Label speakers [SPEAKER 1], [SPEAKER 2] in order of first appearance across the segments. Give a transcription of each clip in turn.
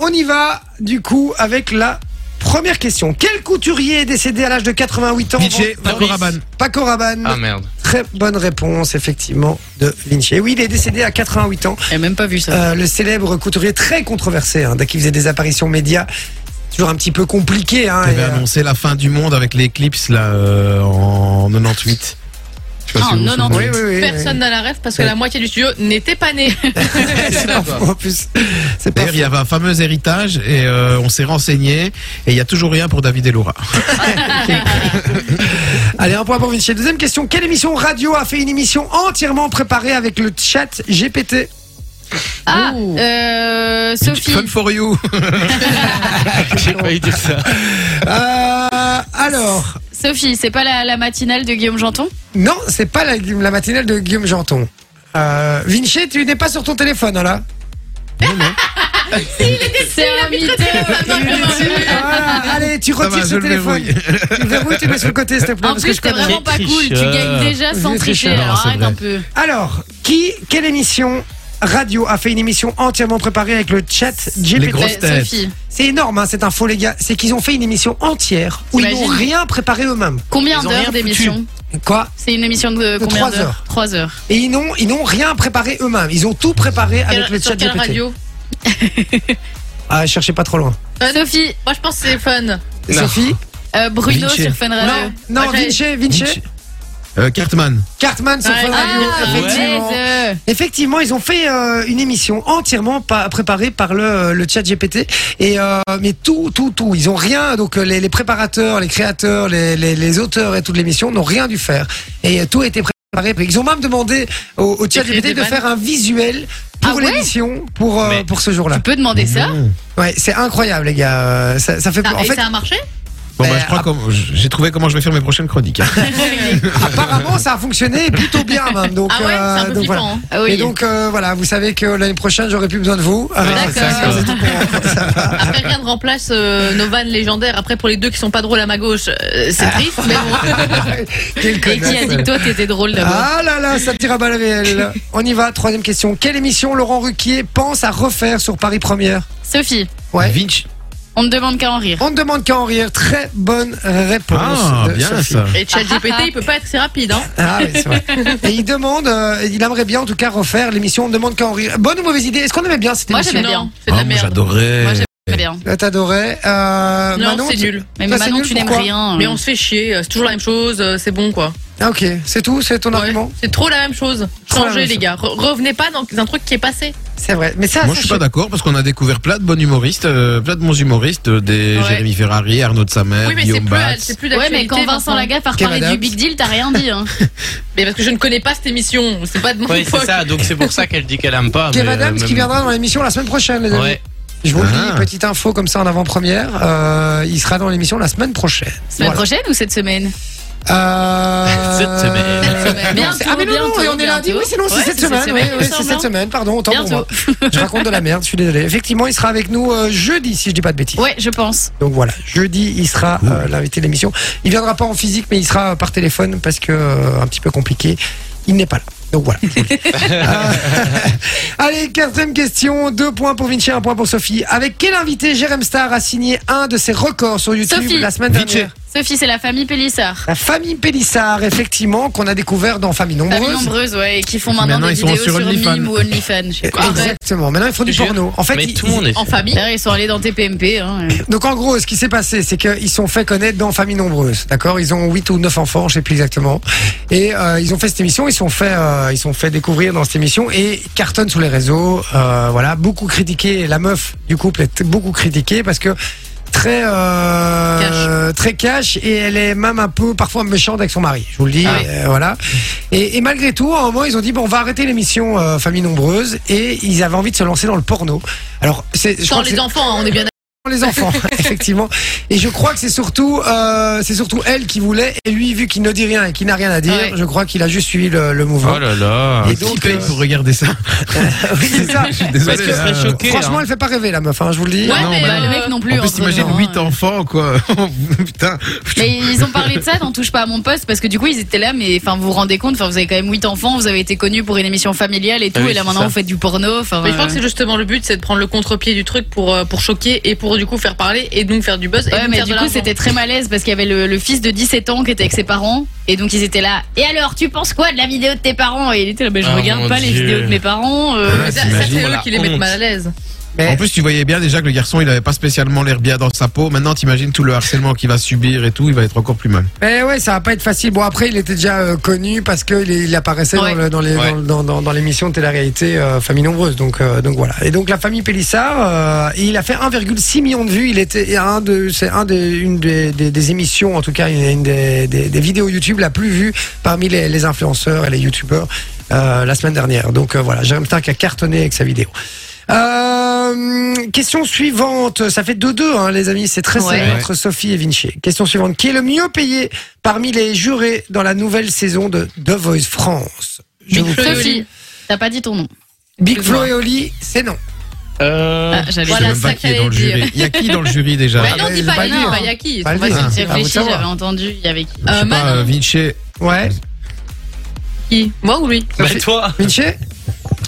[SPEAKER 1] on y va du coup avec la première question. Quel couturier est décédé à l'âge de 88 ans
[SPEAKER 2] DJ,
[SPEAKER 1] Vend-
[SPEAKER 2] Paco Rabanne.
[SPEAKER 1] Paco Rabanne.
[SPEAKER 3] Ah merde.
[SPEAKER 1] Très bonne réponse, effectivement, de Vinci. Et oui, il est décédé à 88 ans.
[SPEAKER 4] J'ai même pas vu ça.
[SPEAKER 1] Euh, le célèbre couturier très controversé, hein, dès qu'il faisait des apparitions médias, toujours un petit peu compliqué. Hein,
[SPEAKER 2] Il avait
[SPEAKER 1] et, euh,
[SPEAKER 2] annoncé la fin du monde avec l'éclipse là euh, en 98. Je sais pas
[SPEAKER 4] Ah,
[SPEAKER 2] si vous vous
[SPEAKER 4] en
[SPEAKER 2] souvenez.
[SPEAKER 4] 98.
[SPEAKER 1] Oui, oui, oui,
[SPEAKER 4] Personne
[SPEAKER 1] oui.
[SPEAKER 4] n'a la rêve parce que
[SPEAKER 1] Ouais.
[SPEAKER 4] la moitié du studio n'était pas né.
[SPEAKER 1] c'est pas faux, en plus, c'est pas
[SPEAKER 2] D'ailleurs, il y avait un fameux héritage et euh, on s'est renseigné et il y a toujours rien pour David Eloura.
[SPEAKER 1] faux. Allez, un point pour Vinci. Deuxième question. Quelle émission radio a fait une émission entièrement préparée avec le chat GPT
[SPEAKER 4] Ah, euh, Sophie.
[SPEAKER 2] Fun for you.
[SPEAKER 3] J'ai failli dire ça.
[SPEAKER 1] Euh, Alors,
[SPEAKER 4] Sophie, c'est pas la, la matinale de Guillaume Janton
[SPEAKER 1] non, c'est pas la, la matinale de Guillaume Janton. Euh, Vinci, tu n'es pas sur ton téléphone, hein, là
[SPEAKER 4] C'est un mytho.
[SPEAKER 1] Voilà, Allez, tu
[SPEAKER 2] Ça va,
[SPEAKER 1] retires
[SPEAKER 2] je
[SPEAKER 1] ce
[SPEAKER 2] le
[SPEAKER 1] téléphone. Tu le verrouilles, tu le mets sur le côté, s'il te plaît.
[SPEAKER 4] En
[SPEAKER 1] parce que
[SPEAKER 4] plus,
[SPEAKER 1] je
[SPEAKER 4] t'es
[SPEAKER 1] connais.
[SPEAKER 4] vraiment pas
[SPEAKER 3] Très
[SPEAKER 4] cool. Tu
[SPEAKER 3] tricheur.
[SPEAKER 4] gagnes déjà sans
[SPEAKER 1] Très
[SPEAKER 4] tricher.
[SPEAKER 1] tricheur,
[SPEAKER 4] Alors
[SPEAKER 2] c'est
[SPEAKER 4] arrête
[SPEAKER 2] vrai.
[SPEAKER 4] un peu.
[SPEAKER 1] Alors, qui, quelle émission radio a fait une émission entièrement préparée avec le chat
[SPEAKER 2] Les
[SPEAKER 1] GPT
[SPEAKER 2] grosses
[SPEAKER 4] Ouais,
[SPEAKER 2] têtes.
[SPEAKER 4] Bah, Sophie,
[SPEAKER 1] C'est énorme, hein, c'est un faux, les gars. C'est qu'ils ont fait une émission entière où ils n'ont
[SPEAKER 4] T'imagines
[SPEAKER 1] rien préparé eux-mêmes.
[SPEAKER 4] combien
[SPEAKER 3] Ils ont rien
[SPEAKER 4] d'heures
[SPEAKER 3] foutu.
[SPEAKER 4] d'émission
[SPEAKER 1] Quoi
[SPEAKER 4] C'est une émission
[SPEAKER 1] De
[SPEAKER 4] de combien
[SPEAKER 1] trois
[SPEAKER 4] d'heures
[SPEAKER 1] heures.
[SPEAKER 4] 3 heures.
[SPEAKER 1] Et ils n'ont, ils n'ont rien préparé eux-mêmes. Ils ont tout préparé avec
[SPEAKER 4] Quelle-
[SPEAKER 1] le chat
[SPEAKER 4] sur quelle
[SPEAKER 1] GPT.
[SPEAKER 4] radio
[SPEAKER 1] Ah, cherchez pas trop loin.
[SPEAKER 4] Sophie, moi je pense que c'est fun.
[SPEAKER 3] Non.
[SPEAKER 1] Sophie
[SPEAKER 4] Euh, Bruno
[SPEAKER 2] Vinci.
[SPEAKER 4] sur Fun Radio.
[SPEAKER 1] Non, non,
[SPEAKER 4] Moi, j'avais-
[SPEAKER 1] Vinci, Vinci.
[SPEAKER 2] Euh, Cartman.
[SPEAKER 1] Cartman sur
[SPEAKER 4] Ouais,
[SPEAKER 1] Fun Radio.
[SPEAKER 4] ah,
[SPEAKER 1] effectivement.
[SPEAKER 4] punaise.
[SPEAKER 1] Effectivement, ils ont fait euh, une émission entièrement pa- préparée par le, euh, le chat GPT. Et, euh, mais tout, tout, tout. Ils ont rien. Donc euh, les, les préparateurs, les créateurs, les, les, les auteurs et toute l'émission n'ont rien dû faire. Et euh, tout a été préparé. Ils ont même demandé au, au chat GPT
[SPEAKER 4] D'écrire des
[SPEAKER 1] de
[SPEAKER 4] vannes.
[SPEAKER 1] faire un visuel pour
[SPEAKER 4] Ah ouais
[SPEAKER 1] l'émission, pour, euh,
[SPEAKER 3] Mais-
[SPEAKER 1] pour ce jour-là.
[SPEAKER 4] Tu peux demander ça
[SPEAKER 2] Mmh.
[SPEAKER 1] Ouais, c'est incroyable, les gars. Euh, Ça, ça fait.
[SPEAKER 4] Ah,
[SPEAKER 1] Ah, en
[SPEAKER 4] et
[SPEAKER 1] fait,
[SPEAKER 4] ça a marché
[SPEAKER 2] Bon, bah,
[SPEAKER 1] Euh,
[SPEAKER 2] je crois que j'ai trouvé comment je vais faire mes prochaines chroniques. hein.
[SPEAKER 1] apparemment, ça a fonctionné plutôt bien, même. Donc,
[SPEAKER 4] Ah ouais, c'est un
[SPEAKER 1] euh,
[SPEAKER 4] peu
[SPEAKER 1] donc voilà.
[SPEAKER 4] flippant. hein. Ah
[SPEAKER 1] Et donc euh, voilà, vous savez que l'année prochaine j'aurai plus besoin de vous. Euh,
[SPEAKER 3] c'est ça,
[SPEAKER 4] D'accord.
[SPEAKER 3] quoi.
[SPEAKER 4] Après, rien ne remplace euh, nos vannes légendaires. Après, pour les deux qui sont pas drôles à ma gauche, euh,
[SPEAKER 1] Ah,
[SPEAKER 4] c'est triste, mais bon.
[SPEAKER 1] Quelle
[SPEAKER 4] Et qui a
[SPEAKER 1] connasse.
[SPEAKER 4] dit que toi, t'étais drôle d'abord
[SPEAKER 1] Ah là là, ça tire à balles réelles. On y va, troisième question. Quelle émission Laurent Ruquier pense à refaire sur Paris Première
[SPEAKER 4] Sophie,
[SPEAKER 1] Ouais.
[SPEAKER 2] Vinci.
[SPEAKER 4] on ne demande qu'à en rire.
[SPEAKER 1] On ne demande qu'à en rire. Très bonne euh, réponse.
[SPEAKER 2] Ah,
[SPEAKER 1] de
[SPEAKER 2] bien
[SPEAKER 1] Sophie.
[SPEAKER 2] ça.
[SPEAKER 4] Et ChatGPT, il peut pas être si rapide, hein.
[SPEAKER 1] Ah oui, c'est vrai. Et il demande, euh, il aimerait bien en tout cas refaire l'émission On ne demande qu'à en rire. Bonne ou mauvaise idée Est-ce qu'on aimait bien cette
[SPEAKER 4] Moi,
[SPEAKER 1] émission
[SPEAKER 4] j'aimais bien. C'est de
[SPEAKER 2] Ah, moi,
[SPEAKER 4] la merde. Moi,
[SPEAKER 2] j'adorais.
[SPEAKER 3] Eh.
[SPEAKER 4] j'aimais bien.
[SPEAKER 1] Euh, T'adorais. Euh,
[SPEAKER 4] Non,
[SPEAKER 1] Manon,
[SPEAKER 4] c'est
[SPEAKER 1] tu- Ah,
[SPEAKER 4] nul.
[SPEAKER 1] Toi,
[SPEAKER 4] Mais
[SPEAKER 1] c'est
[SPEAKER 4] Manon,
[SPEAKER 1] nul,
[SPEAKER 4] tu n'aimes
[SPEAKER 1] pourquoi
[SPEAKER 4] rien.
[SPEAKER 5] Mais on se fait chier, euh, c'est toujours la même chose, euh, c'est bon quoi.
[SPEAKER 1] Ah, ok, c'est tout, c'est ton
[SPEAKER 5] Ouais,
[SPEAKER 1] argument.
[SPEAKER 5] C'est trop la même chose.
[SPEAKER 1] Trop la
[SPEAKER 5] Changez
[SPEAKER 1] même
[SPEAKER 5] les
[SPEAKER 1] chose.
[SPEAKER 5] gars, Re- revenez pas dans un truc qui est passé.
[SPEAKER 1] C'est vrai. Mais ça,
[SPEAKER 2] Moi,
[SPEAKER 1] ça,
[SPEAKER 2] je suis pas d'accord parce qu'on a découvert plein de bons humoristes, euh, plein de bons humoristes, euh, des
[SPEAKER 5] Ouais.
[SPEAKER 2] Jérémy Ferrari, Arnaud de Samer,
[SPEAKER 5] oui, mais c'est
[SPEAKER 2] Euh, Guillaume
[SPEAKER 5] plus, à-
[SPEAKER 2] Batz.
[SPEAKER 5] c'est plus
[SPEAKER 4] Ouais,
[SPEAKER 5] d'actualité.
[SPEAKER 4] mais quand Vincent
[SPEAKER 5] maintenant.
[SPEAKER 4] Lagasse a
[SPEAKER 1] Kev
[SPEAKER 4] reparlé du
[SPEAKER 1] Adams.
[SPEAKER 4] Big Deal, t'as rien dit. Hein.
[SPEAKER 5] Mais parce que je ne connais pas cette émission, c'est pas de mon
[SPEAKER 3] Oui, c'est
[SPEAKER 5] époque.
[SPEAKER 3] ça. Donc c'est pour ça qu'elle dit qu'elle aime pas.
[SPEAKER 1] Kev
[SPEAKER 3] mais, euh,
[SPEAKER 1] Adams
[SPEAKER 3] même-
[SPEAKER 1] qui viendra dans l'émission la semaine prochaine, les amis.
[SPEAKER 3] Ouais.
[SPEAKER 1] Je vous le dis,
[SPEAKER 2] Ah.
[SPEAKER 1] petite info comme ça en avant-première. euh, il sera dans l'émission la semaine prochaine.
[SPEAKER 4] Semaine
[SPEAKER 1] Voilà.
[SPEAKER 4] prochaine ou cette semaine
[SPEAKER 1] Euh...
[SPEAKER 3] Cette semaine.
[SPEAKER 1] Non,
[SPEAKER 4] Bientôt,
[SPEAKER 1] c'est- ah mais non, non,
[SPEAKER 4] bientôt,
[SPEAKER 1] et on est lundi,
[SPEAKER 4] bientôt.
[SPEAKER 1] oui, sinon c'est
[SPEAKER 4] Ouais,
[SPEAKER 1] cette semaine, oui,
[SPEAKER 4] il me
[SPEAKER 1] oui, c'est
[SPEAKER 4] semble,
[SPEAKER 1] cette
[SPEAKER 4] hein.
[SPEAKER 1] semaine, pardon, autant pour moi.
[SPEAKER 4] Bientôt.
[SPEAKER 1] Je raconte de la merde, je suis désolé. Effectivement, il sera avec nous euh, jeudi, si je dis pas de bêtises.
[SPEAKER 4] Ouais, je pense.
[SPEAKER 1] Donc voilà, jeudi, il sera euh, l'invité de l'émission. Il viendra pas en physique, mais il sera euh, par téléphone parce que euh, un petit peu compliqué. Il n'est pas là. Donc voilà. Euh, Allez, quatrième question. Deux points pour Vinci, un point pour Sophie. Avec quel invité Jérém Star a signé un de ses records sur YouTube
[SPEAKER 4] Sophie.
[SPEAKER 1] la semaine
[SPEAKER 2] Vinci.
[SPEAKER 1] dernière
[SPEAKER 4] Sophie, c'est la famille Pélissard.
[SPEAKER 1] La famille Pélissard, effectivement, qu'on a découvert dans Famille Nombreuse.
[SPEAKER 4] Famille nombreuse, ouais, et qui font maintenant,
[SPEAKER 2] Maintenant,
[SPEAKER 4] des
[SPEAKER 2] ils sont
[SPEAKER 4] vidéos
[SPEAKER 2] sur
[SPEAKER 4] sur,
[SPEAKER 2] OnlyFans.
[SPEAKER 4] Mime ou OnlyFans. je sais pas. Arrête.
[SPEAKER 1] Exactement. Maintenant, ils font du
[SPEAKER 3] Jure.
[SPEAKER 1] porno. En fait,
[SPEAKER 3] Mais
[SPEAKER 1] ils-
[SPEAKER 3] tout le monde est.
[SPEAKER 5] En famille.
[SPEAKER 4] D'ailleurs, ils sont allés dans TPMP. Hein.
[SPEAKER 1] Donc en gros, ce qui s'est passé, c'est qu'ils sont fait connaître dans Famille Nombreuse, d'accord Ils ont 8 ou 9 enfants, je sais plus exactement. Et euh, ils ont fait cette émission, ils sont fait, euh, ils sont fait découvrir dans cette émission et cartonnent sur les réseaux. euh, voilà, beaucoup critiqué. La meuf du couple est beaucoup critiquée parce que très euh, très cash et elle est même un peu parfois méchante avec son mari. Je vous le dis,
[SPEAKER 3] Ah oui.
[SPEAKER 1] euh, voilà. Et, et malgré tout, à un moment, ils ont dit bon, on va arrêter l'émission euh, Famille Nombreuse et ils avaient envie de se lancer dans le porno. Alors, c'est je
[SPEAKER 5] Sans
[SPEAKER 1] crois que
[SPEAKER 5] les enfants, hein, on est bien
[SPEAKER 1] les enfants, effectivement. Et je crois que c'est surtout, euh, c'est surtout elle qui voulait. Et lui, vu qu'il ne dit rien et qu'il n'a rien à dire,
[SPEAKER 5] Ouais.
[SPEAKER 1] je crois qu'il a juste suivi le, le mouvement.
[SPEAKER 3] Oh là là.
[SPEAKER 1] Et
[SPEAKER 2] Et
[SPEAKER 1] donc,
[SPEAKER 2] donc, paye
[SPEAKER 1] euh,
[SPEAKER 2] pour regarder ça.
[SPEAKER 1] Oui, c'est ça.
[SPEAKER 2] Je suis
[SPEAKER 3] Parce
[SPEAKER 2] désolé.
[SPEAKER 3] que je
[SPEAKER 2] là.
[SPEAKER 3] serais choqué.
[SPEAKER 1] Franchement,
[SPEAKER 3] hein.
[SPEAKER 1] elle fait pas rêver la meuf. hein, je vous le dis.
[SPEAKER 5] Ouais,
[SPEAKER 2] non,
[SPEAKER 5] mais,
[SPEAKER 2] bah
[SPEAKER 5] euh,
[SPEAKER 2] non.
[SPEAKER 6] le mec non plus.
[SPEAKER 2] En plus,
[SPEAKER 6] entre
[SPEAKER 2] t'imagines
[SPEAKER 6] dedans,
[SPEAKER 2] 8
[SPEAKER 6] euh.
[SPEAKER 2] enfants, quoi. Putain.
[SPEAKER 6] Mais ils ont parlé de ça, n'en touche pas à mon poste, parce que du coup, ils étaient là, mais enfin, vous vous rendez compte, enfin, vous avez quand même 8 enfants, vous avez été connus pour une émission familiale et tout,
[SPEAKER 3] Ah oui,
[SPEAKER 6] et là
[SPEAKER 3] c'est
[SPEAKER 6] maintenant,
[SPEAKER 3] ça.
[SPEAKER 6] vous faites du porno, enfin.
[SPEAKER 5] Mais je crois
[SPEAKER 6] euh,
[SPEAKER 5] que c'est justement le but, c'est de prendre le contre-pied du truc pour, euh, pour choquer et pour du coup faire parler et donc faire du buzz. et
[SPEAKER 6] Ouais,
[SPEAKER 5] donc
[SPEAKER 6] mais
[SPEAKER 5] faire
[SPEAKER 6] du
[SPEAKER 5] de
[SPEAKER 6] coup,
[SPEAKER 5] l'argent.
[SPEAKER 6] c'était très malaise parce qu'il y avait le, le fils de 17 ans qui était avec ses parents. Et donc, ils étaient là. Et alors, tu penses quoi de la vidéo de tes parents Et il était là, ben, je
[SPEAKER 3] Ah,
[SPEAKER 6] regarde
[SPEAKER 3] mon
[SPEAKER 6] pas les
[SPEAKER 3] Dieu.
[SPEAKER 6] vidéos de mes parents. euh.
[SPEAKER 5] Mais Ça, ça,
[SPEAKER 2] t'imagines,
[SPEAKER 5] c'est eux
[SPEAKER 3] voilà,
[SPEAKER 5] qui les mettent
[SPEAKER 3] honte.
[SPEAKER 5] mal à l'aise.
[SPEAKER 2] En
[SPEAKER 1] Mais
[SPEAKER 2] plus, tu voyais bien déjà que le garçon, il avait pas spécialement l'air bien dans sa peau. Maintenant, t'imagines tout le harcèlement qu'il va subir et tout, il va être encore plus mal.
[SPEAKER 1] mais Eh ouais, ça va pas être facile. Bon, après, il était déjà euh, connu parce qu'il il apparaissait
[SPEAKER 6] Ouais.
[SPEAKER 1] dans, le- dans les-
[SPEAKER 3] Ouais.
[SPEAKER 1] dans- dans- dans- dans l'émission de télé-réalité euh, Famille Nombreuse. Donc, euh, donc voilà. Et donc, la famille Pélissard, euh, il a fait 1,6 million de vues. Il était un de, c'est un des, une des, des- des émissions, en tout cas, une, une des, des- des vidéos YouTube la plus vue parmi les, les influenceurs et les YouTubeurs euh, la semaine dernière. Donc euh, voilà, Jérôme Stark a cartonné avec sa vidéo. Euh, question suivante. Ça fait 2-2, hein, les amis. C'est très
[SPEAKER 6] Ouais.
[SPEAKER 1] serré entre Sophie et Vinci. Question suivante. Qui est le mieux payé parmi les jurés dans la nouvelle saison de The Voice France Je
[SPEAKER 5] Big
[SPEAKER 1] vous-
[SPEAKER 5] Flo et
[SPEAKER 6] Sophie.
[SPEAKER 5] Oli.
[SPEAKER 6] T'as pas dit ton nom.
[SPEAKER 1] Big Flo et Oli, c'est non.
[SPEAKER 3] Euh,
[SPEAKER 6] Ah, j'allais
[SPEAKER 2] Je sais
[SPEAKER 5] Voilà,
[SPEAKER 2] même pas
[SPEAKER 5] ça
[SPEAKER 2] qui est
[SPEAKER 5] qu'allait
[SPEAKER 2] dans le
[SPEAKER 5] dire.
[SPEAKER 2] jury. Il y a qui dans le jury déjà
[SPEAKER 5] Bah non,
[SPEAKER 1] mais
[SPEAKER 5] dis
[SPEAKER 1] j'ai
[SPEAKER 5] pas
[SPEAKER 1] pas
[SPEAKER 5] les
[SPEAKER 1] dit,
[SPEAKER 5] noms,
[SPEAKER 1] hein.
[SPEAKER 5] bah y a qui
[SPEAKER 1] Pas
[SPEAKER 5] on va
[SPEAKER 1] le
[SPEAKER 5] se
[SPEAKER 1] dire.
[SPEAKER 5] dire.
[SPEAKER 6] J'ai
[SPEAKER 1] Ah, vous
[SPEAKER 6] réfléchi,
[SPEAKER 1] savoir.
[SPEAKER 6] j'avais entendu. Il y avait qui
[SPEAKER 2] Je
[SPEAKER 5] Euh,
[SPEAKER 2] sais pas,
[SPEAKER 5] Manon.
[SPEAKER 2] euh, Vinci,
[SPEAKER 1] Ouais.
[SPEAKER 5] Qui Moi ou lui
[SPEAKER 3] bah toi.
[SPEAKER 1] Vinci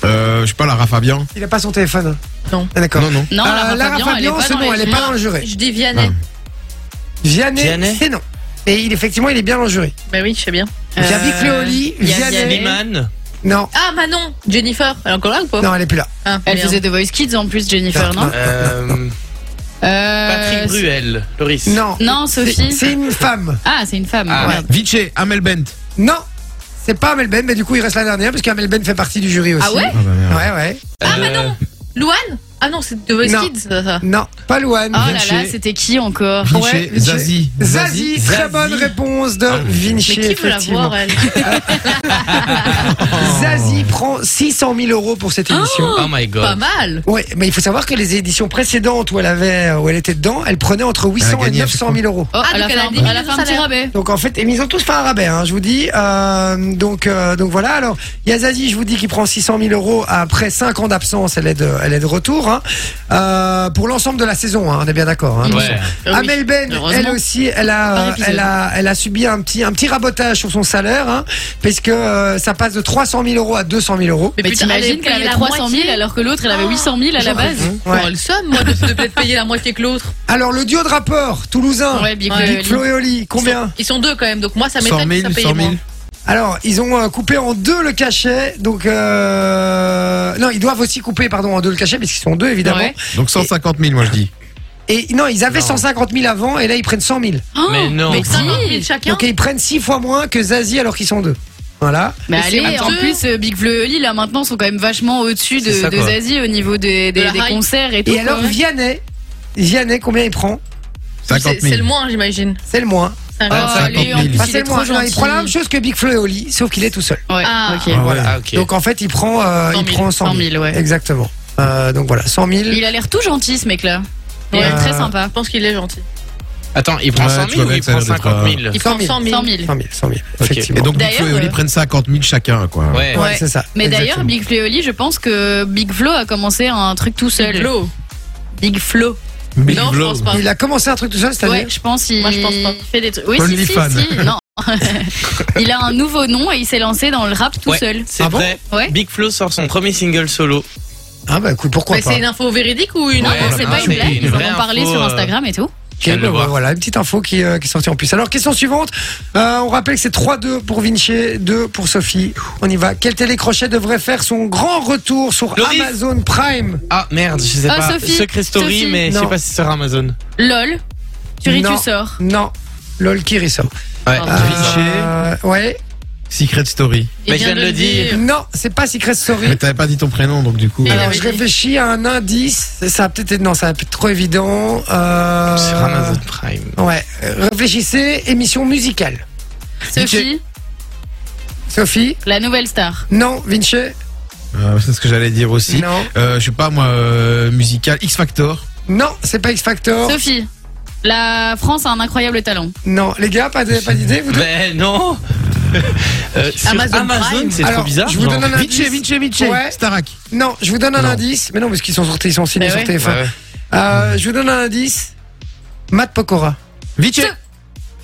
[SPEAKER 2] euh, je sais pas, Lara Fabian.
[SPEAKER 1] Il a pas son téléphone.
[SPEAKER 5] Non.
[SPEAKER 1] Ah, D'accord.
[SPEAKER 2] Non, non.
[SPEAKER 6] Non,
[SPEAKER 1] Euh,
[SPEAKER 6] Lara Fabian, elle est pas
[SPEAKER 1] c'est
[SPEAKER 6] dans
[SPEAKER 1] bon,
[SPEAKER 6] les-
[SPEAKER 1] elle est pas dans le jury.
[SPEAKER 5] Je dis Vianney.
[SPEAKER 1] Vianney,
[SPEAKER 3] Vianney
[SPEAKER 1] c'est non. Et il, effectivement, il est bien dans le jury.
[SPEAKER 5] Bah oui, je sais bien.
[SPEAKER 1] Il y a
[SPEAKER 6] Euh,
[SPEAKER 1] Big Flo et Oli,
[SPEAKER 6] il y a
[SPEAKER 1] Vianney.
[SPEAKER 6] Vianney.
[SPEAKER 3] Slimane.
[SPEAKER 1] Non,
[SPEAKER 5] Ah, Manon Jennifer Elle est encore là ou pas
[SPEAKER 1] non, elle est plus là.
[SPEAKER 5] Ah,
[SPEAKER 6] Elle
[SPEAKER 5] merde.
[SPEAKER 6] faisait The Voice Kids en plus, Jennifer,
[SPEAKER 1] Non,
[SPEAKER 6] non
[SPEAKER 3] Euh,
[SPEAKER 2] euh,
[SPEAKER 3] Patrick Bruel. Loris.
[SPEAKER 1] Non.
[SPEAKER 6] Non,
[SPEAKER 1] C'est-
[SPEAKER 6] Sophie.
[SPEAKER 1] C'est une femme.
[SPEAKER 6] Ah, c'est une femme.
[SPEAKER 3] Ah,
[SPEAKER 6] merde.
[SPEAKER 2] Vinci, Amel Bent.
[SPEAKER 1] Non, c'est pas Amel Ben, mais du coup, il reste la dernière, parce qu'Amel Ben fait partie du jury aussi.
[SPEAKER 5] Ah ouais
[SPEAKER 2] Ah bah merde.
[SPEAKER 1] Ouais, ouais.
[SPEAKER 3] Ah
[SPEAKER 5] Manon. Louane Ah non, c'est The Voice
[SPEAKER 1] Non.
[SPEAKER 5] Kids, ça. ça.
[SPEAKER 1] Non, pas Louane.
[SPEAKER 5] Ah.
[SPEAKER 6] Oh là
[SPEAKER 2] Vinci.
[SPEAKER 6] là, c'était qui encore
[SPEAKER 2] Vinci,
[SPEAKER 1] Ouais, Vinci.
[SPEAKER 2] Zazie.
[SPEAKER 1] Zazie, très
[SPEAKER 3] Zazie.
[SPEAKER 1] bonne réponse de
[SPEAKER 3] Ah, mais
[SPEAKER 1] Vinci,
[SPEAKER 5] Mais qui veut la
[SPEAKER 1] effectivement.
[SPEAKER 5] voir, elle
[SPEAKER 1] Zazie prend 600 000 euros pour cette émission. Ah.
[SPEAKER 3] Oh my
[SPEAKER 5] Pas
[SPEAKER 3] god.
[SPEAKER 5] mal
[SPEAKER 1] Ouais, mais il faut savoir que les éditions précédentes où elle avait, où elle était dedans, elle prenait entre 800 et
[SPEAKER 2] gagné à chaque
[SPEAKER 1] 900 000 euros.
[SPEAKER 6] Oh,
[SPEAKER 5] Ah,
[SPEAKER 6] elle a
[SPEAKER 5] donc
[SPEAKER 6] fait
[SPEAKER 5] elle a
[SPEAKER 6] un-
[SPEAKER 5] dit
[SPEAKER 6] elle a
[SPEAKER 5] qu'ils
[SPEAKER 6] fait
[SPEAKER 5] ont
[SPEAKER 6] un petit
[SPEAKER 5] salaire.
[SPEAKER 6] rabais.
[SPEAKER 1] Donc en fait, et ils ont tous fait un rabais, hein, je vous dis. Euh, donc euh, donc voilà. Alors il y a Zazie, je vous dis, qui prend 600 000 euros après 5 ans d'absence. Elle est de, elle est de retour hein. Euh, pour l'ensemble de la saison. hein, on est bien d'accord. Hein,
[SPEAKER 3] Ouais.
[SPEAKER 5] Ah oui.
[SPEAKER 1] Amel Ben,
[SPEAKER 5] Heureusement.
[SPEAKER 1] elle aussi, elle
[SPEAKER 6] Par
[SPEAKER 1] a,
[SPEAKER 6] épisode.
[SPEAKER 1] elle a, elle a subi un petit, un petit rabotage sur son salaire, hein, puisque euh, ça passe de 300 000 euros à 200 000 euros.
[SPEAKER 6] Mais
[SPEAKER 5] putain, elle
[SPEAKER 6] t'imagines
[SPEAKER 5] est
[SPEAKER 6] qu'elle
[SPEAKER 5] payée
[SPEAKER 6] avait
[SPEAKER 5] la
[SPEAKER 6] 300 000
[SPEAKER 5] moitié.
[SPEAKER 6] alors que l'autre, elle avait
[SPEAKER 5] Ah,
[SPEAKER 6] 800 000 à la
[SPEAKER 5] j'aurais
[SPEAKER 6] base.
[SPEAKER 1] Ouais.
[SPEAKER 5] Oh, le somme, moi, de, de peut-être payer la moitié que l'autre.
[SPEAKER 1] Alors le duo de rappeurs toulousain,
[SPEAKER 6] Ouais, Big
[SPEAKER 5] Ouais,
[SPEAKER 6] Flo et
[SPEAKER 1] Big
[SPEAKER 6] Oli.
[SPEAKER 1] Flo et Oli, combien
[SPEAKER 5] Ils sont deux quand même, donc moi, ça
[SPEAKER 2] 100
[SPEAKER 5] m'étonne que
[SPEAKER 2] 000,
[SPEAKER 5] ça
[SPEAKER 2] 100
[SPEAKER 5] paye
[SPEAKER 2] 000.
[SPEAKER 5] moins.
[SPEAKER 1] Alors ils ont euh, coupé en deux le cachet, donc euh... non, ils doivent aussi couper, pardon, en deux le cachet, puisqu'ils sont deux évidemment.
[SPEAKER 6] Ouais.
[SPEAKER 2] Donc 150 000, moi je dis.
[SPEAKER 1] Et non, ils avaient
[SPEAKER 3] Non.
[SPEAKER 1] 150 000 avant, et là ils prennent 100 000.
[SPEAKER 6] Oh,
[SPEAKER 3] Mais non.
[SPEAKER 6] Mais,
[SPEAKER 3] Donc,
[SPEAKER 6] si.
[SPEAKER 5] 50 000 chacun
[SPEAKER 1] Donc ils prennent six fois moins que Zazie alors qu'ils sont deux. Voilà.
[SPEAKER 6] Mais
[SPEAKER 5] Mais
[SPEAKER 6] allez,
[SPEAKER 5] c'est
[SPEAKER 6] en
[SPEAKER 5] honteux.
[SPEAKER 6] plus, euh, Big Flo et Oli, là, maintenant, sont quand même vachement au-dessus de,
[SPEAKER 3] C'est ça,
[SPEAKER 6] de
[SPEAKER 3] quoi.
[SPEAKER 6] Zazie au niveau des, des-
[SPEAKER 5] De la
[SPEAKER 6] des
[SPEAKER 5] hype.
[SPEAKER 6] concerts et tout.
[SPEAKER 1] Et
[SPEAKER 6] quoi,
[SPEAKER 1] alors
[SPEAKER 6] ouais.
[SPEAKER 1] Vianney, Vianney, combien il prend
[SPEAKER 5] C'est
[SPEAKER 2] 50
[SPEAKER 5] c'est le
[SPEAKER 2] 000.
[SPEAKER 5] moins, j'imagine.
[SPEAKER 1] C'est le moins.
[SPEAKER 5] C'est un
[SPEAKER 6] Oh,
[SPEAKER 5] grand-
[SPEAKER 2] 50 000.
[SPEAKER 6] lui, en plus,
[SPEAKER 2] Ah,
[SPEAKER 1] Enfin,
[SPEAKER 6] il
[SPEAKER 1] c'est
[SPEAKER 6] est
[SPEAKER 1] le moins.
[SPEAKER 6] trop
[SPEAKER 1] Non, il
[SPEAKER 6] gentil.
[SPEAKER 1] prend la même chose que Big Flo et Oli, sauf qu'il est tout seul.
[SPEAKER 6] Ouais,
[SPEAKER 5] Ah.
[SPEAKER 6] ok.
[SPEAKER 2] Ah ouais.
[SPEAKER 1] Voilà.
[SPEAKER 3] Ah, ok.
[SPEAKER 1] Donc en fait, il prend, euh,
[SPEAKER 5] 100
[SPEAKER 1] il
[SPEAKER 5] 000.
[SPEAKER 1] prend 100 000.
[SPEAKER 6] 100 000, ouais.
[SPEAKER 1] Exactement. Euh, donc voilà, 100 000.
[SPEAKER 6] Il a l'air tout gentil, ce mec-là. Il a l'air
[SPEAKER 1] Ouais.
[SPEAKER 6] très sympa.
[SPEAKER 5] Je pense qu'il est gentil.
[SPEAKER 3] Attends, il prend
[SPEAKER 2] Ouais,
[SPEAKER 3] 100
[SPEAKER 2] tu vois
[SPEAKER 3] 000 ou
[SPEAKER 2] bien
[SPEAKER 3] il
[SPEAKER 2] que ça euh, a
[SPEAKER 3] prend
[SPEAKER 2] l'air d'être,
[SPEAKER 3] 50 000
[SPEAKER 5] Il
[SPEAKER 1] 100
[SPEAKER 5] prend
[SPEAKER 1] 000.
[SPEAKER 5] 100 000.
[SPEAKER 6] 100 000.
[SPEAKER 1] 100 000, 100 000, effectivement.
[SPEAKER 2] Et donc Big
[SPEAKER 6] D'ailleurs,
[SPEAKER 2] Flo et Oli
[SPEAKER 6] euh,
[SPEAKER 2] prennent 50 000 chacun, quoi.
[SPEAKER 3] Ouais.
[SPEAKER 1] ouais,
[SPEAKER 6] ouais.
[SPEAKER 1] c'est ça.
[SPEAKER 6] Mais d'ailleurs,
[SPEAKER 1] Exactement.
[SPEAKER 6] Big Flo et Oli, je pense que Big Flo a commencé un truc tout seul.
[SPEAKER 5] Flo.
[SPEAKER 6] Big Flo.
[SPEAKER 2] Big
[SPEAKER 5] Non, je
[SPEAKER 2] Flo.
[SPEAKER 5] pense pas.
[SPEAKER 1] Il a commencé un truc tout seul, c'est-à-dire
[SPEAKER 6] Ouais, je pense il
[SPEAKER 5] Moi, je pense pas.
[SPEAKER 6] il fait des trucs. Oui, si, si,
[SPEAKER 2] OnlyFans.
[SPEAKER 6] si. Non. il a un nouveau nom et il s'est lancé dans le rap tout
[SPEAKER 3] Ouais,
[SPEAKER 6] seul.
[SPEAKER 3] C'est
[SPEAKER 1] Ah bon
[SPEAKER 3] vrai.
[SPEAKER 6] Ouais.
[SPEAKER 3] Big Flo sort son premier single solo.
[SPEAKER 1] Ah bah écoute, pourquoi
[SPEAKER 5] Mais
[SPEAKER 1] pas
[SPEAKER 5] c'est une info véridique ou une
[SPEAKER 6] Non,
[SPEAKER 3] Ouais,
[SPEAKER 6] non, c'est
[SPEAKER 3] non,
[SPEAKER 6] pas
[SPEAKER 3] Ah,
[SPEAKER 6] une
[SPEAKER 3] c'est
[SPEAKER 6] blague.
[SPEAKER 3] une
[SPEAKER 6] Ils en
[SPEAKER 3] vraie
[SPEAKER 6] ont parlé
[SPEAKER 3] info,
[SPEAKER 6] sur
[SPEAKER 3] euh,
[SPEAKER 6] Instagram et tout.
[SPEAKER 1] Ok,
[SPEAKER 3] Je viens de
[SPEAKER 1] bah,
[SPEAKER 3] le voir.
[SPEAKER 1] Voilà, une petite info qui, euh, qui est sortie en plus. Alors, question suivante. Euh, on rappelle que c'est 3-2 pour Vinci, 2 pour Sophie. On y va. Quel télécrochet devrait faire son grand retour sur
[SPEAKER 3] Loris.
[SPEAKER 1] Amazon Prime
[SPEAKER 3] Ah merde, je sais
[SPEAKER 6] Ah,
[SPEAKER 3] pas.
[SPEAKER 6] Sophie.
[SPEAKER 3] Secret Story,
[SPEAKER 6] Sophie.
[SPEAKER 3] mais je
[SPEAKER 1] Non.
[SPEAKER 3] sais pas si c'est sur Amazon.
[SPEAKER 6] LOL. Tu ris,
[SPEAKER 1] Non.
[SPEAKER 6] tu sors.
[SPEAKER 1] Non. LOL qui ressort.
[SPEAKER 3] Ouais.
[SPEAKER 5] Ah,
[SPEAKER 2] Vinci.
[SPEAKER 1] Euh, ouais.
[SPEAKER 2] Secret Story.
[SPEAKER 3] Mais je viens de le dire.
[SPEAKER 1] Non, c'est pas Secret Story.
[SPEAKER 2] Mais t'avais pas dit ton prénom, donc du coup.
[SPEAKER 5] Et
[SPEAKER 1] Alors,
[SPEAKER 5] avait
[SPEAKER 1] je
[SPEAKER 5] dit.
[SPEAKER 1] réfléchis à un indice. Ça va peut-être être, non, ça va peut être trop évident. Euh,
[SPEAKER 3] Sur Amazon Prime.
[SPEAKER 1] Ouais. Euh, Réfléchissez. Émission musicale.
[SPEAKER 6] Sophie,
[SPEAKER 1] Sophie
[SPEAKER 6] la nouvelle star.
[SPEAKER 1] Non. Vinci
[SPEAKER 2] Euh, c'est ce que j'allais dire aussi.
[SPEAKER 1] Non.
[SPEAKER 2] Euh, je sais pas moi, euh, musical. X Factor.
[SPEAKER 1] Non, c'est pas X Factor.
[SPEAKER 6] Sophie, la France a un incroyable talent.
[SPEAKER 1] Non, les gars, pas de- pas d'idée vous deux
[SPEAKER 3] Mais Ben non Euh, sur
[SPEAKER 4] Amazon Prime.
[SPEAKER 3] c'est
[SPEAKER 1] Alors,
[SPEAKER 3] trop bizarre.
[SPEAKER 1] je vous donne
[SPEAKER 3] genre.
[SPEAKER 1] un indice.
[SPEAKER 2] Vinci, Vinci, Vinci.
[SPEAKER 1] Ouais.
[SPEAKER 2] Starak.
[SPEAKER 1] Non, je vous donne un
[SPEAKER 3] Non.
[SPEAKER 1] indice. Mais non, parce qu'ils sont sortis, ils sont signés
[SPEAKER 4] Eh
[SPEAKER 6] Mais
[SPEAKER 1] sur
[SPEAKER 6] ouais.
[SPEAKER 1] TF1.
[SPEAKER 3] Ouais, ouais.
[SPEAKER 1] Euh, je vous donne un indice. Matt Pokora.
[SPEAKER 2] Vinci.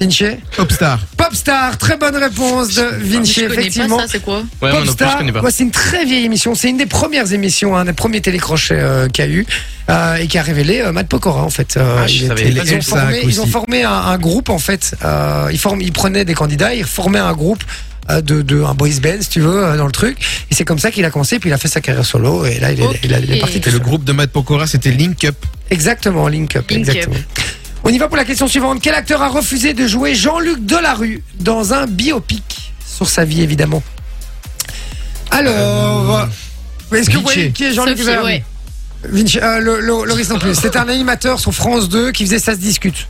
[SPEAKER 1] Vinci.
[SPEAKER 2] Popstar.
[SPEAKER 1] Popstar, très bonne réponse de Vinci,
[SPEAKER 4] Je connais pas
[SPEAKER 1] effectivement.
[SPEAKER 4] ça, c'est quoi
[SPEAKER 3] Ouais, moi non plus, je
[SPEAKER 1] Popstar,
[SPEAKER 3] connais pas.
[SPEAKER 1] moi, c'est une très vieille émission. C'est une des premières émissions, hein, un des premiers télécrochets euh, qu'il y a eu euh, et qui a révélé euh, Matt Pokora en fait. Euh,
[SPEAKER 3] Ah, je
[SPEAKER 1] il
[SPEAKER 3] savais
[SPEAKER 1] était-
[SPEAKER 3] pas.
[SPEAKER 1] ils, ont
[SPEAKER 2] Et
[SPEAKER 1] formé,
[SPEAKER 2] Elsa
[SPEAKER 1] ils ont
[SPEAKER 2] aussi.
[SPEAKER 1] formé un, un groupe en fait. Euh, ils, forment, ils prenaient des candidats, ils formaient un groupe euh, de, de un boys band si tu veux euh, dans le truc. Et c'est comme ça qu'il a commencé. Puis il a fait sa carrière solo et là il est,
[SPEAKER 4] Ok.
[SPEAKER 1] il a- il est parti.
[SPEAKER 2] C'était
[SPEAKER 1] tout
[SPEAKER 2] le
[SPEAKER 1] seul.
[SPEAKER 2] groupe de Matt Pokora, c'était Link Up.
[SPEAKER 1] Exactement, Link Up.
[SPEAKER 6] Link Up.
[SPEAKER 1] exactement. On y va pour la question suivante. Quel acteur a refusé de jouer Jean-Luc Delarue dans un biopic sur sa vie, évidemment Alors. Est-ce que vous
[SPEAKER 2] Vinci.
[SPEAKER 1] voyez qui est Jean-Luc
[SPEAKER 6] Sophie,
[SPEAKER 1] Delarue
[SPEAKER 6] ouais.
[SPEAKER 1] Vinci, euh, le- le- Loris non plus. C'était un animateur sur France 2 qui faisait Ça se discute.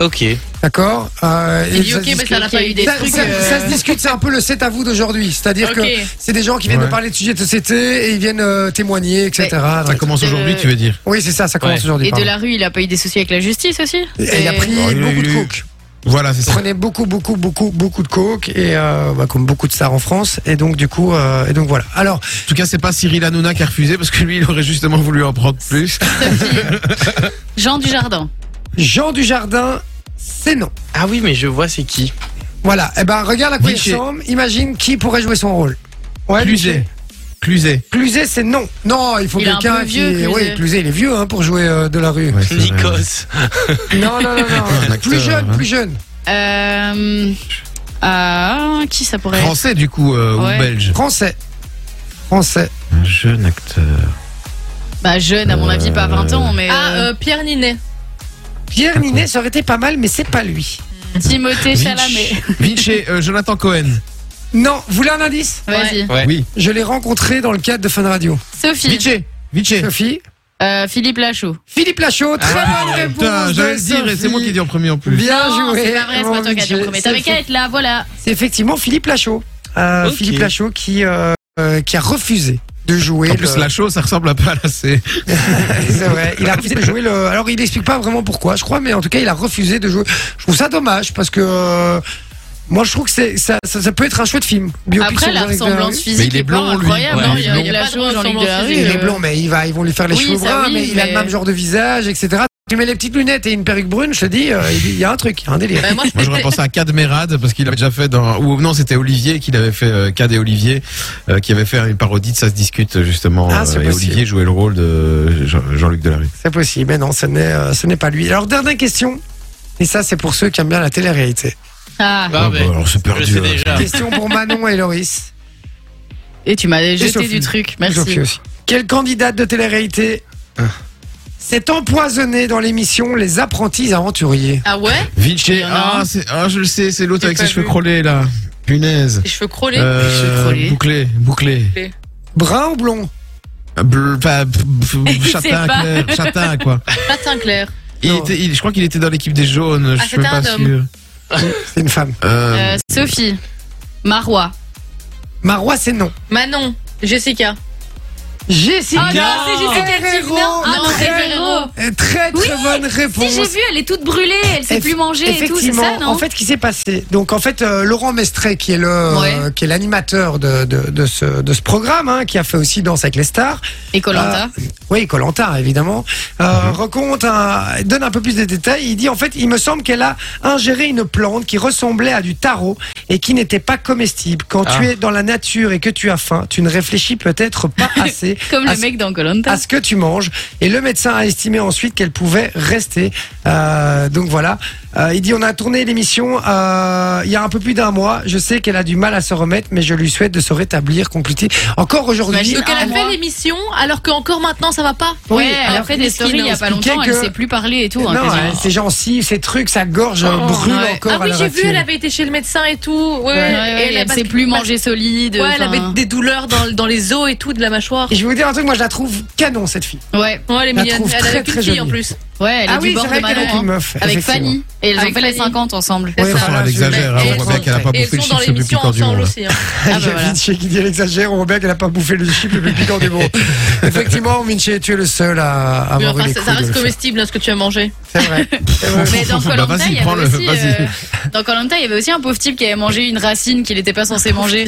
[SPEAKER 3] Ok.
[SPEAKER 1] D'accord Euh,
[SPEAKER 4] Il
[SPEAKER 1] et
[SPEAKER 4] dit
[SPEAKER 1] Ça
[SPEAKER 4] ok,
[SPEAKER 1] se
[SPEAKER 4] mais
[SPEAKER 1] discute-
[SPEAKER 4] ça n'a pas eu des
[SPEAKER 1] ça,
[SPEAKER 4] trucs.
[SPEAKER 1] ça-
[SPEAKER 4] euh,
[SPEAKER 1] ça se discute, c'est un peu le set à vous d'aujourd'hui. C'est-à-dire
[SPEAKER 4] Ok.
[SPEAKER 1] que c'est des gens qui viennent
[SPEAKER 2] Ouais.
[SPEAKER 1] de parler de sujets de société et ils viennent euh, témoigner, etc.
[SPEAKER 2] Ça commence
[SPEAKER 6] Euh,
[SPEAKER 2] aujourd'hui, tu veux dire.
[SPEAKER 1] Oui, c'est ça, ça commence
[SPEAKER 3] Ouais.
[SPEAKER 1] aujourd'hui.
[SPEAKER 6] Et de
[SPEAKER 1] pardon.
[SPEAKER 6] la rue, il a pas eu des soucis avec la justice aussi
[SPEAKER 1] Et il a pris
[SPEAKER 2] Oh, il y a
[SPEAKER 1] beaucoup de
[SPEAKER 2] eu-
[SPEAKER 1] coke.
[SPEAKER 2] Voilà, c'est ça.
[SPEAKER 1] prenait beaucoup, beaucoup, beaucoup, beaucoup de coke et euh, bah, comme beaucoup de stars en France. Et donc du coup, euh, et donc voilà. Alors,
[SPEAKER 2] En tout cas, c'est pas Cyril Hanouna qui a refusé parce que lui, il aurait justement voulu en prendre plus.
[SPEAKER 6] Jean du Jardin.
[SPEAKER 1] Jean Dujardin, c'est non.
[SPEAKER 3] Ah oui, mais je vois c'est qui.
[SPEAKER 1] Voilà. Et ben regarde à quoi il
[SPEAKER 2] Vinci.
[SPEAKER 1] ressemble. Imagine qui pourrait jouer son rôle. Ouais,
[SPEAKER 2] Cluzet. Cluzet.
[SPEAKER 1] Cluzet, c'est non. Non, il faut
[SPEAKER 6] Il est un
[SPEAKER 1] quelqu'un
[SPEAKER 6] peu
[SPEAKER 1] qui.
[SPEAKER 6] vieux, Cluzet.
[SPEAKER 1] Oui, Cluzet, il est vieux hein, pour jouer euh, de la rue.
[SPEAKER 2] Ouais, c'est vrai.
[SPEAKER 3] Nikos.
[SPEAKER 1] Non, non, non, non.
[SPEAKER 2] Un acteur,
[SPEAKER 1] plus jeune,
[SPEAKER 2] hein.
[SPEAKER 1] plus jeune.
[SPEAKER 6] Euh, ah, qui ça pourrait être
[SPEAKER 2] Français, du coup, euh,
[SPEAKER 6] Ouais.
[SPEAKER 2] ou belge.
[SPEAKER 1] Français. Français.
[SPEAKER 2] Un jeune acteur.
[SPEAKER 6] Bah jeune, à mon avis, pas 20 ans, mais
[SPEAKER 4] Ah,
[SPEAKER 6] euh,
[SPEAKER 4] euh, Pierre Ninet.
[SPEAKER 1] Pierre Ninet, ça aurait été pas mal, mais c'est pas lui.
[SPEAKER 6] euh, Timothée Chalamet.
[SPEAKER 2] Vinci, Vinci, euh, Jonathan Cohen.
[SPEAKER 1] Non, vous voulez un indice
[SPEAKER 6] Vas-y.
[SPEAKER 3] Ouais.
[SPEAKER 2] Oui.
[SPEAKER 1] Je l'ai rencontré dans le cadre de Fun Radio.
[SPEAKER 6] Sophie,
[SPEAKER 2] Vinci. Vinci.
[SPEAKER 1] Sophie
[SPEAKER 6] euh, Philippe Lachaud.
[SPEAKER 1] Philippe Lachaud, très bonne réponse.
[SPEAKER 2] Ah, Putain,
[SPEAKER 1] de
[SPEAKER 2] j'allais le dire et c'est moi qui
[SPEAKER 1] Sophie.
[SPEAKER 2] ai dit en premier en plus.
[SPEAKER 1] Bien joué.
[SPEAKER 6] Non, Oh, C'est pas vrai, c'est pas
[SPEAKER 1] mon
[SPEAKER 6] toi qui as dit en
[SPEAKER 1] budget.
[SPEAKER 6] premier.
[SPEAKER 1] C'est
[SPEAKER 6] T'avais qu'à
[SPEAKER 1] fait-
[SPEAKER 6] être là, voilà.
[SPEAKER 1] C'est effectivement Philippe Lachaud. Euh,
[SPEAKER 3] Ok.
[SPEAKER 1] Philippe Lachaud qui, euh, euh, qui a refusé de jouer.
[SPEAKER 2] En
[SPEAKER 1] le-
[SPEAKER 2] plus, la chose, ça ressemble un peu à la C.
[SPEAKER 1] c'est vrai. Il a refusé de jouer le. Alors, il n'explique pas vraiment pourquoi, je crois, mais en tout cas, il a refusé de jouer. Je trouve ça dommage parce que. euh, moi, je trouve que c'est, ça, ça, ça peut être un chouette film. Biopic
[SPEAKER 6] Après,
[SPEAKER 1] sur
[SPEAKER 6] la
[SPEAKER 1] Jean-Luc
[SPEAKER 6] ressemblance
[SPEAKER 1] Delarue.
[SPEAKER 2] Mais
[SPEAKER 6] physique
[SPEAKER 2] il est
[SPEAKER 6] est pas
[SPEAKER 2] blond, lui.
[SPEAKER 6] incroyable.
[SPEAKER 3] Ouais,
[SPEAKER 6] non,
[SPEAKER 3] il est
[SPEAKER 6] il y a- il y
[SPEAKER 4] blond.
[SPEAKER 6] a la chose, Jean-Luc
[SPEAKER 4] Ressemblance
[SPEAKER 6] Delarue.
[SPEAKER 4] physique.
[SPEAKER 1] Il est
[SPEAKER 6] euh,
[SPEAKER 1] blanc, mais il va, ils vont lui faire les
[SPEAKER 6] Oui,
[SPEAKER 1] cheveux
[SPEAKER 6] ça,
[SPEAKER 1] bruns,
[SPEAKER 6] oui,
[SPEAKER 1] mais, il a
[SPEAKER 6] mais-
[SPEAKER 1] le même genre de visage, etc. Tu mets les petites lunettes et une perruque brune, je te dis, euh, il y a un truc, il y a un délire.
[SPEAKER 4] Bah, moi, je
[SPEAKER 2] Moi, j'aurais
[SPEAKER 4] pensais-
[SPEAKER 2] pensé à Cadmerade parce qu'il avait déjà fait dans. Ou non, c'était Olivier qui l'avait fait. euh, Cad et Olivier euh, qui avait fait une parodie de Ça se discute justement.
[SPEAKER 1] Ah, c'est
[SPEAKER 2] euh, et
[SPEAKER 1] possible.
[SPEAKER 2] Olivier jouait le rôle de Jean- Jean-Luc Delarue.
[SPEAKER 1] C'est possible, mais non, ce n'est, euh, ce n'est pas lui. Alors, dernière question, et ça, c'est pour ceux qui aiment bien la télé-réalité.
[SPEAKER 6] Ah,
[SPEAKER 3] Ah,
[SPEAKER 2] Ah,
[SPEAKER 3] bah,
[SPEAKER 2] bah, alors, c'est
[SPEAKER 3] Je
[SPEAKER 2] perdu.
[SPEAKER 3] sais
[SPEAKER 2] hein.
[SPEAKER 3] déjà.
[SPEAKER 1] Question pour Manon et Loris.
[SPEAKER 6] et tu m'as
[SPEAKER 1] Sophie.
[SPEAKER 6] jeté du truc,
[SPEAKER 1] Et Sophie
[SPEAKER 6] merci.
[SPEAKER 1] aussi. Quelle candidate de télé-réalité s'est empoisonnée dans l'émission Les apprentis aventuriers
[SPEAKER 4] Ah ouais
[SPEAKER 2] Vinci,
[SPEAKER 6] Il y en a
[SPEAKER 2] ah,
[SPEAKER 6] un.
[SPEAKER 2] c'est- ah, je le sais, c'est l'autre
[SPEAKER 4] J'ai
[SPEAKER 2] avec ses
[SPEAKER 4] pas
[SPEAKER 2] cheveux
[SPEAKER 4] vu.
[SPEAKER 2] crôlés là. Punaise. Euh,
[SPEAKER 4] Les cheveux crôlés.
[SPEAKER 1] Euh.
[SPEAKER 6] Cheveux crôlés.
[SPEAKER 2] bouclé, bouclé.
[SPEAKER 1] Brun ou blond
[SPEAKER 2] Bleu, enfin, pff, pff,
[SPEAKER 6] Il
[SPEAKER 2] châtain,
[SPEAKER 6] sait pas.
[SPEAKER 2] clair, châtain quoi.
[SPEAKER 4] Patin clair.
[SPEAKER 2] Il
[SPEAKER 1] Non.
[SPEAKER 2] était, il- je crois qu'il était dans l'équipe des jaunes, je suis
[SPEAKER 4] c'était
[SPEAKER 2] même pas
[SPEAKER 4] un homme.
[SPEAKER 2] sûr.
[SPEAKER 1] C'est une femme.
[SPEAKER 2] Euh,
[SPEAKER 6] Euh, Sophie, Marois.
[SPEAKER 1] Marois, c'est non.
[SPEAKER 4] Manon. Jessica.
[SPEAKER 1] Jessica
[SPEAKER 6] Ah non, c'est Jessica
[SPEAKER 1] Herrero.
[SPEAKER 6] Juvin. Ah
[SPEAKER 1] Non,
[SPEAKER 6] non, c'est
[SPEAKER 1] très-
[SPEAKER 6] Herrero.
[SPEAKER 1] Très très bonne réponse.
[SPEAKER 6] Si j'ai vu, elle est toute brûlée, elle sait
[SPEAKER 1] Eff-
[SPEAKER 6] plus manger et tout, c'est
[SPEAKER 1] Effectivement,
[SPEAKER 6] ça, non
[SPEAKER 1] en fait, ce qui s'est passé. Donc, en fait, euh, Laurent Mestret, qui est le, euh, qui est l'animateur de, de, de ce, de ce programme, hein, qui a fait aussi Danse avec les stars.
[SPEAKER 6] Et Colanta.
[SPEAKER 1] Ah. Oui, Colanta, évidemment. Euh, Raconte, un- donne un peu plus de détails. Il dit, en fait, il me semble qu'elle a ingéré une plante qui ressemblait à du tarot et qui n'était pas comestible. Quand
[SPEAKER 3] Ah.
[SPEAKER 1] tu es dans la nature et que tu as faim, tu ne réfléchis peut-être pas assez
[SPEAKER 6] Comme
[SPEAKER 1] à
[SPEAKER 6] le
[SPEAKER 1] ce-
[SPEAKER 6] mec dans Colanta.
[SPEAKER 1] à ce que tu manges. Et le médecin a estimé ensuite qu'elle pouvait rester. Euh, donc voilà. Euh, il dit on a tourné l'émission euh, il y a un peu plus d'un mois. Je sais qu'elle a du mal à se remettre, mais je lui souhaite de se rétablir, compléter. Encore aujourd'hui.
[SPEAKER 6] Imagine-
[SPEAKER 4] Donc elle
[SPEAKER 6] Ah,
[SPEAKER 4] a fait
[SPEAKER 6] moi.
[SPEAKER 4] l'émission alors qu'encore maintenant ça va pas.
[SPEAKER 6] Ouais,
[SPEAKER 1] oui,
[SPEAKER 6] elle a
[SPEAKER 1] alors
[SPEAKER 6] fait
[SPEAKER 1] que
[SPEAKER 6] des
[SPEAKER 1] Christine
[SPEAKER 6] stories il y a pas longtemps,
[SPEAKER 1] expliquait
[SPEAKER 6] elle
[SPEAKER 1] que-
[SPEAKER 6] sait plus parler et tout. hein,
[SPEAKER 1] Non,
[SPEAKER 6] quasiment.
[SPEAKER 1] elle- ses gencives, ses trucs, sa gorge euh,
[SPEAKER 6] Oh,
[SPEAKER 1] brûle
[SPEAKER 6] ouais.
[SPEAKER 1] encore.
[SPEAKER 4] ah oui,
[SPEAKER 1] à l'heure
[SPEAKER 4] j'ai vu,
[SPEAKER 1] actuelle.
[SPEAKER 4] elle avait été chez le médecin et tout. Ouais,
[SPEAKER 6] Ouais,
[SPEAKER 4] et
[SPEAKER 6] ouais,
[SPEAKER 4] elle a
[SPEAKER 6] elle
[SPEAKER 4] parce
[SPEAKER 6] sait
[SPEAKER 4] que-
[SPEAKER 6] plus
[SPEAKER 4] parce-
[SPEAKER 6] manger solide.
[SPEAKER 4] Ouais, elle
[SPEAKER 6] enfin.
[SPEAKER 4] avait des douleurs dans, dans les os et tout de la mâchoire.
[SPEAKER 1] Et je vais vous dire un truc, moi je la trouve canon cette fille.
[SPEAKER 6] Ouais,
[SPEAKER 5] Ouais, elle est
[SPEAKER 1] La
[SPEAKER 5] mignonne.
[SPEAKER 1] trouve
[SPEAKER 5] Elle
[SPEAKER 1] très,
[SPEAKER 5] a
[SPEAKER 1] très
[SPEAKER 5] qu'une fille en
[SPEAKER 1] jolie.
[SPEAKER 5] plus.
[SPEAKER 6] ouais, elle est
[SPEAKER 1] ah
[SPEAKER 6] du
[SPEAKER 1] oui,
[SPEAKER 6] bord
[SPEAKER 1] c'est
[SPEAKER 6] de
[SPEAKER 1] vrai qu'elle
[SPEAKER 6] Manon,
[SPEAKER 1] est une
[SPEAKER 6] hein.
[SPEAKER 1] meuf.
[SPEAKER 6] Avec
[SPEAKER 1] effectivement.
[SPEAKER 6] Fanny. Et elles ont
[SPEAKER 5] Avec
[SPEAKER 6] fait les
[SPEAKER 5] Fanny.
[SPEAKER 6] 50 ensemble.
[SPEAKER 1] Ouais,
[SPEAKER 5] C'est
[SPEAKER 1] voilà,
[SPEAKER 5] ça.
[SPEAKER 2] elle
[SPEAKER 1] je-
[SPEAKER 2] exagère,
[SPEAKER 5] Et
[SPEAKER 2] elle
[SPEAKER 5] elles
[SPEAKER 2] hein, voit bien
[SPEAKER 5] sont-
[SPEAKER 2] qu'elle a pas
[SPEAKER 5] Et elles
[SPEAKER 2] bouffé le
[SPEAKER 5] sont dans
[SPEAKER 2] chiffre le plus
[SPEAKER 5] l'émission
[SPEAKER 2] piquant du
[SPEAKER 5] ensemble
[SPEAKER 2] monde.
[SPEAKER 5] aussi. hein.
[SPEAKER 6] Ah, bah,
[SPEAKER 1] Il y a
[SPEAKER 6] voilà.
[SPEAKER 1] Vinci qui dit elle exagère, Robert qu'elle a pas bouffé le chip le plus piquant du monde. Effectivement, Vinci, tu es le seul à
[SPEAKER 2] Ah,
[SPEAKER 1] à
[SPEAKER 5] Mais
[SPEAKER 1] avoir
[SPEAKER 5] enfin,
[SPEAKER 1] eu les
[SPEAKER 5] ça, ça
[SPEAKER 1] couilles de
[SPEAKER 5] reste
[SPEAKER 1] le faire.
[SPEAKER 5] comestible hein, ce que tu as mangé.
[SPEAKER 1] C'est vrai. C'est vrai.
[SPEAKER 6] Mais dans
[SPEAKER 2] Bah,
[SPEAKER 6] Koh-Lanta,
[SPEAKER 2] vas-y,
[SPEAKER 6] il y
[SPEAKER 2] prends-le,
[SPEAKER 6] avait aussi,
[SPEAKER 2] vas-y.
[SPEAKER 6] euh, dans Koh-Lanta, il y avait aussi un pauvre type qui avait mangé une racine qu'il n'était pas censé manger.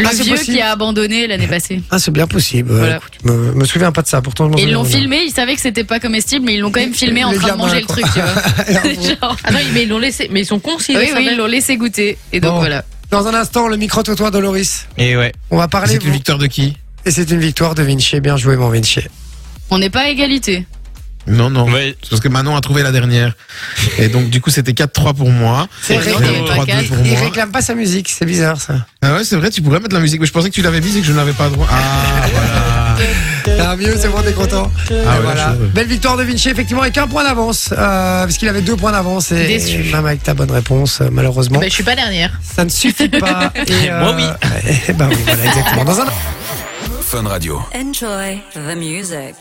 [SPEAKER 6] Le
[SPEAKER 1] Ah, c'est
[SPEAKER 6] vieux
[SPEAKER 1] possible.
[SPEAKER 6] qui a abandonné l'année passée.
[SPEAKER 1] Ah, c'est bien possible. Euh,
[SPEAKER 6] Voilà.
[SPEAKER 1] écoute, je me, me souviens pas de ça. Pourtant, je m'en
[SPEAKER 6] Et ils
[SPEAKER 1] souviens
[SPEAKER 6] l'ont
[SPEAKER 1] bien.
[SPEAKER 6] filmé, ils savaient que c'était pas comestible, mais ils l'ont quand même filmé en
[SPEAKER 1] Les
[SPEAKER 6] train de
[SPEAKER 1] gamins,
[SPEAKER 6] manger le
[SPEAKER 1] quoi.
[SPEAKER 6] truc, tu vois. Genre,
[SPEAKER 5] Ah non, mais ils l'ont laissé. Mais ils sont cons s'ils
[SPEAKER 6] oui,
[SPEAKER 5] le
[SPEAKER 6] oui,
[SPEAKER 5] savaient.
[SPEAKER 6] ils l'ont laissé goûter. Et donc
[SPEAKER 1] Bon.
[SPEAKER 6] voilà.
[SPEAKER 1] Dans un instant, le micro trottoir de Loris.
[SPEAKER 2] Et ouais.
[SPEAKER 1] On va parler.
[SPEAKER 2] C'est une victoire de qui
[SPEAKER 1] Et c'est une victoire de Vinci. Bien joué, mon Vinci.
[SPEAKER 6] On n'est pas à égalité.
[SPEAKER 2] Non, non.
[SPEAKER 3] Ouais.
[SPEAKER 2] C'est parce que Manon a trouvé la dernière. Et donc, du coup, c'était 4-3 pour moi.
[SPEAKER 1] C'est
[SPEAKER 2] Et
[SPEAKER 1] vrai
[SPEAKER 6] qu'il y avait pas
[SPEAKER 2] 3-2
[SPEAKER 6] quatre.
[SPEAKER 2] pour
[SPEAKER 1] Il
[SPEAKER 2] moi.
[SPEAKER 1] réclame pas sa musique. C'est bizarre, ça.
[SPEAKER 2] Ah ouais, c'est vrai, tu pourrais mettre de la musique. Mais je pensais que tu l'avais mise et que je n'avais pas droit. Ah, voilà.
[SPEAKER 1] Ah, mieux, c'est bon, t'es content. Et
[SPEAKER 2] ouais,
[SPEAKER 1] voilà.
[SPEAKER 2] je suis heureux.
[SPEAKER 1] Belle victoire de Vinci, effectivement, avec un point d'avance. euh, parce qu'il avait deux points d'avance. Et,
[SPEAKER 6] Déçu. Eh ben,
[SPEAKER 1] et même avec ta bonne réponse, euh, malheureusement,
[SPEAKER 5] Mais Bah, je suis pas dernière.
[SPEAKER 1] ça ne suffit pas. Et, euh, Eh
[SPEAKER 3] Moi, oui.
[SPEAKER 1] Et ben oui, voilà, exactement. Dans un
[SPEAKER 7] Enjoy the music.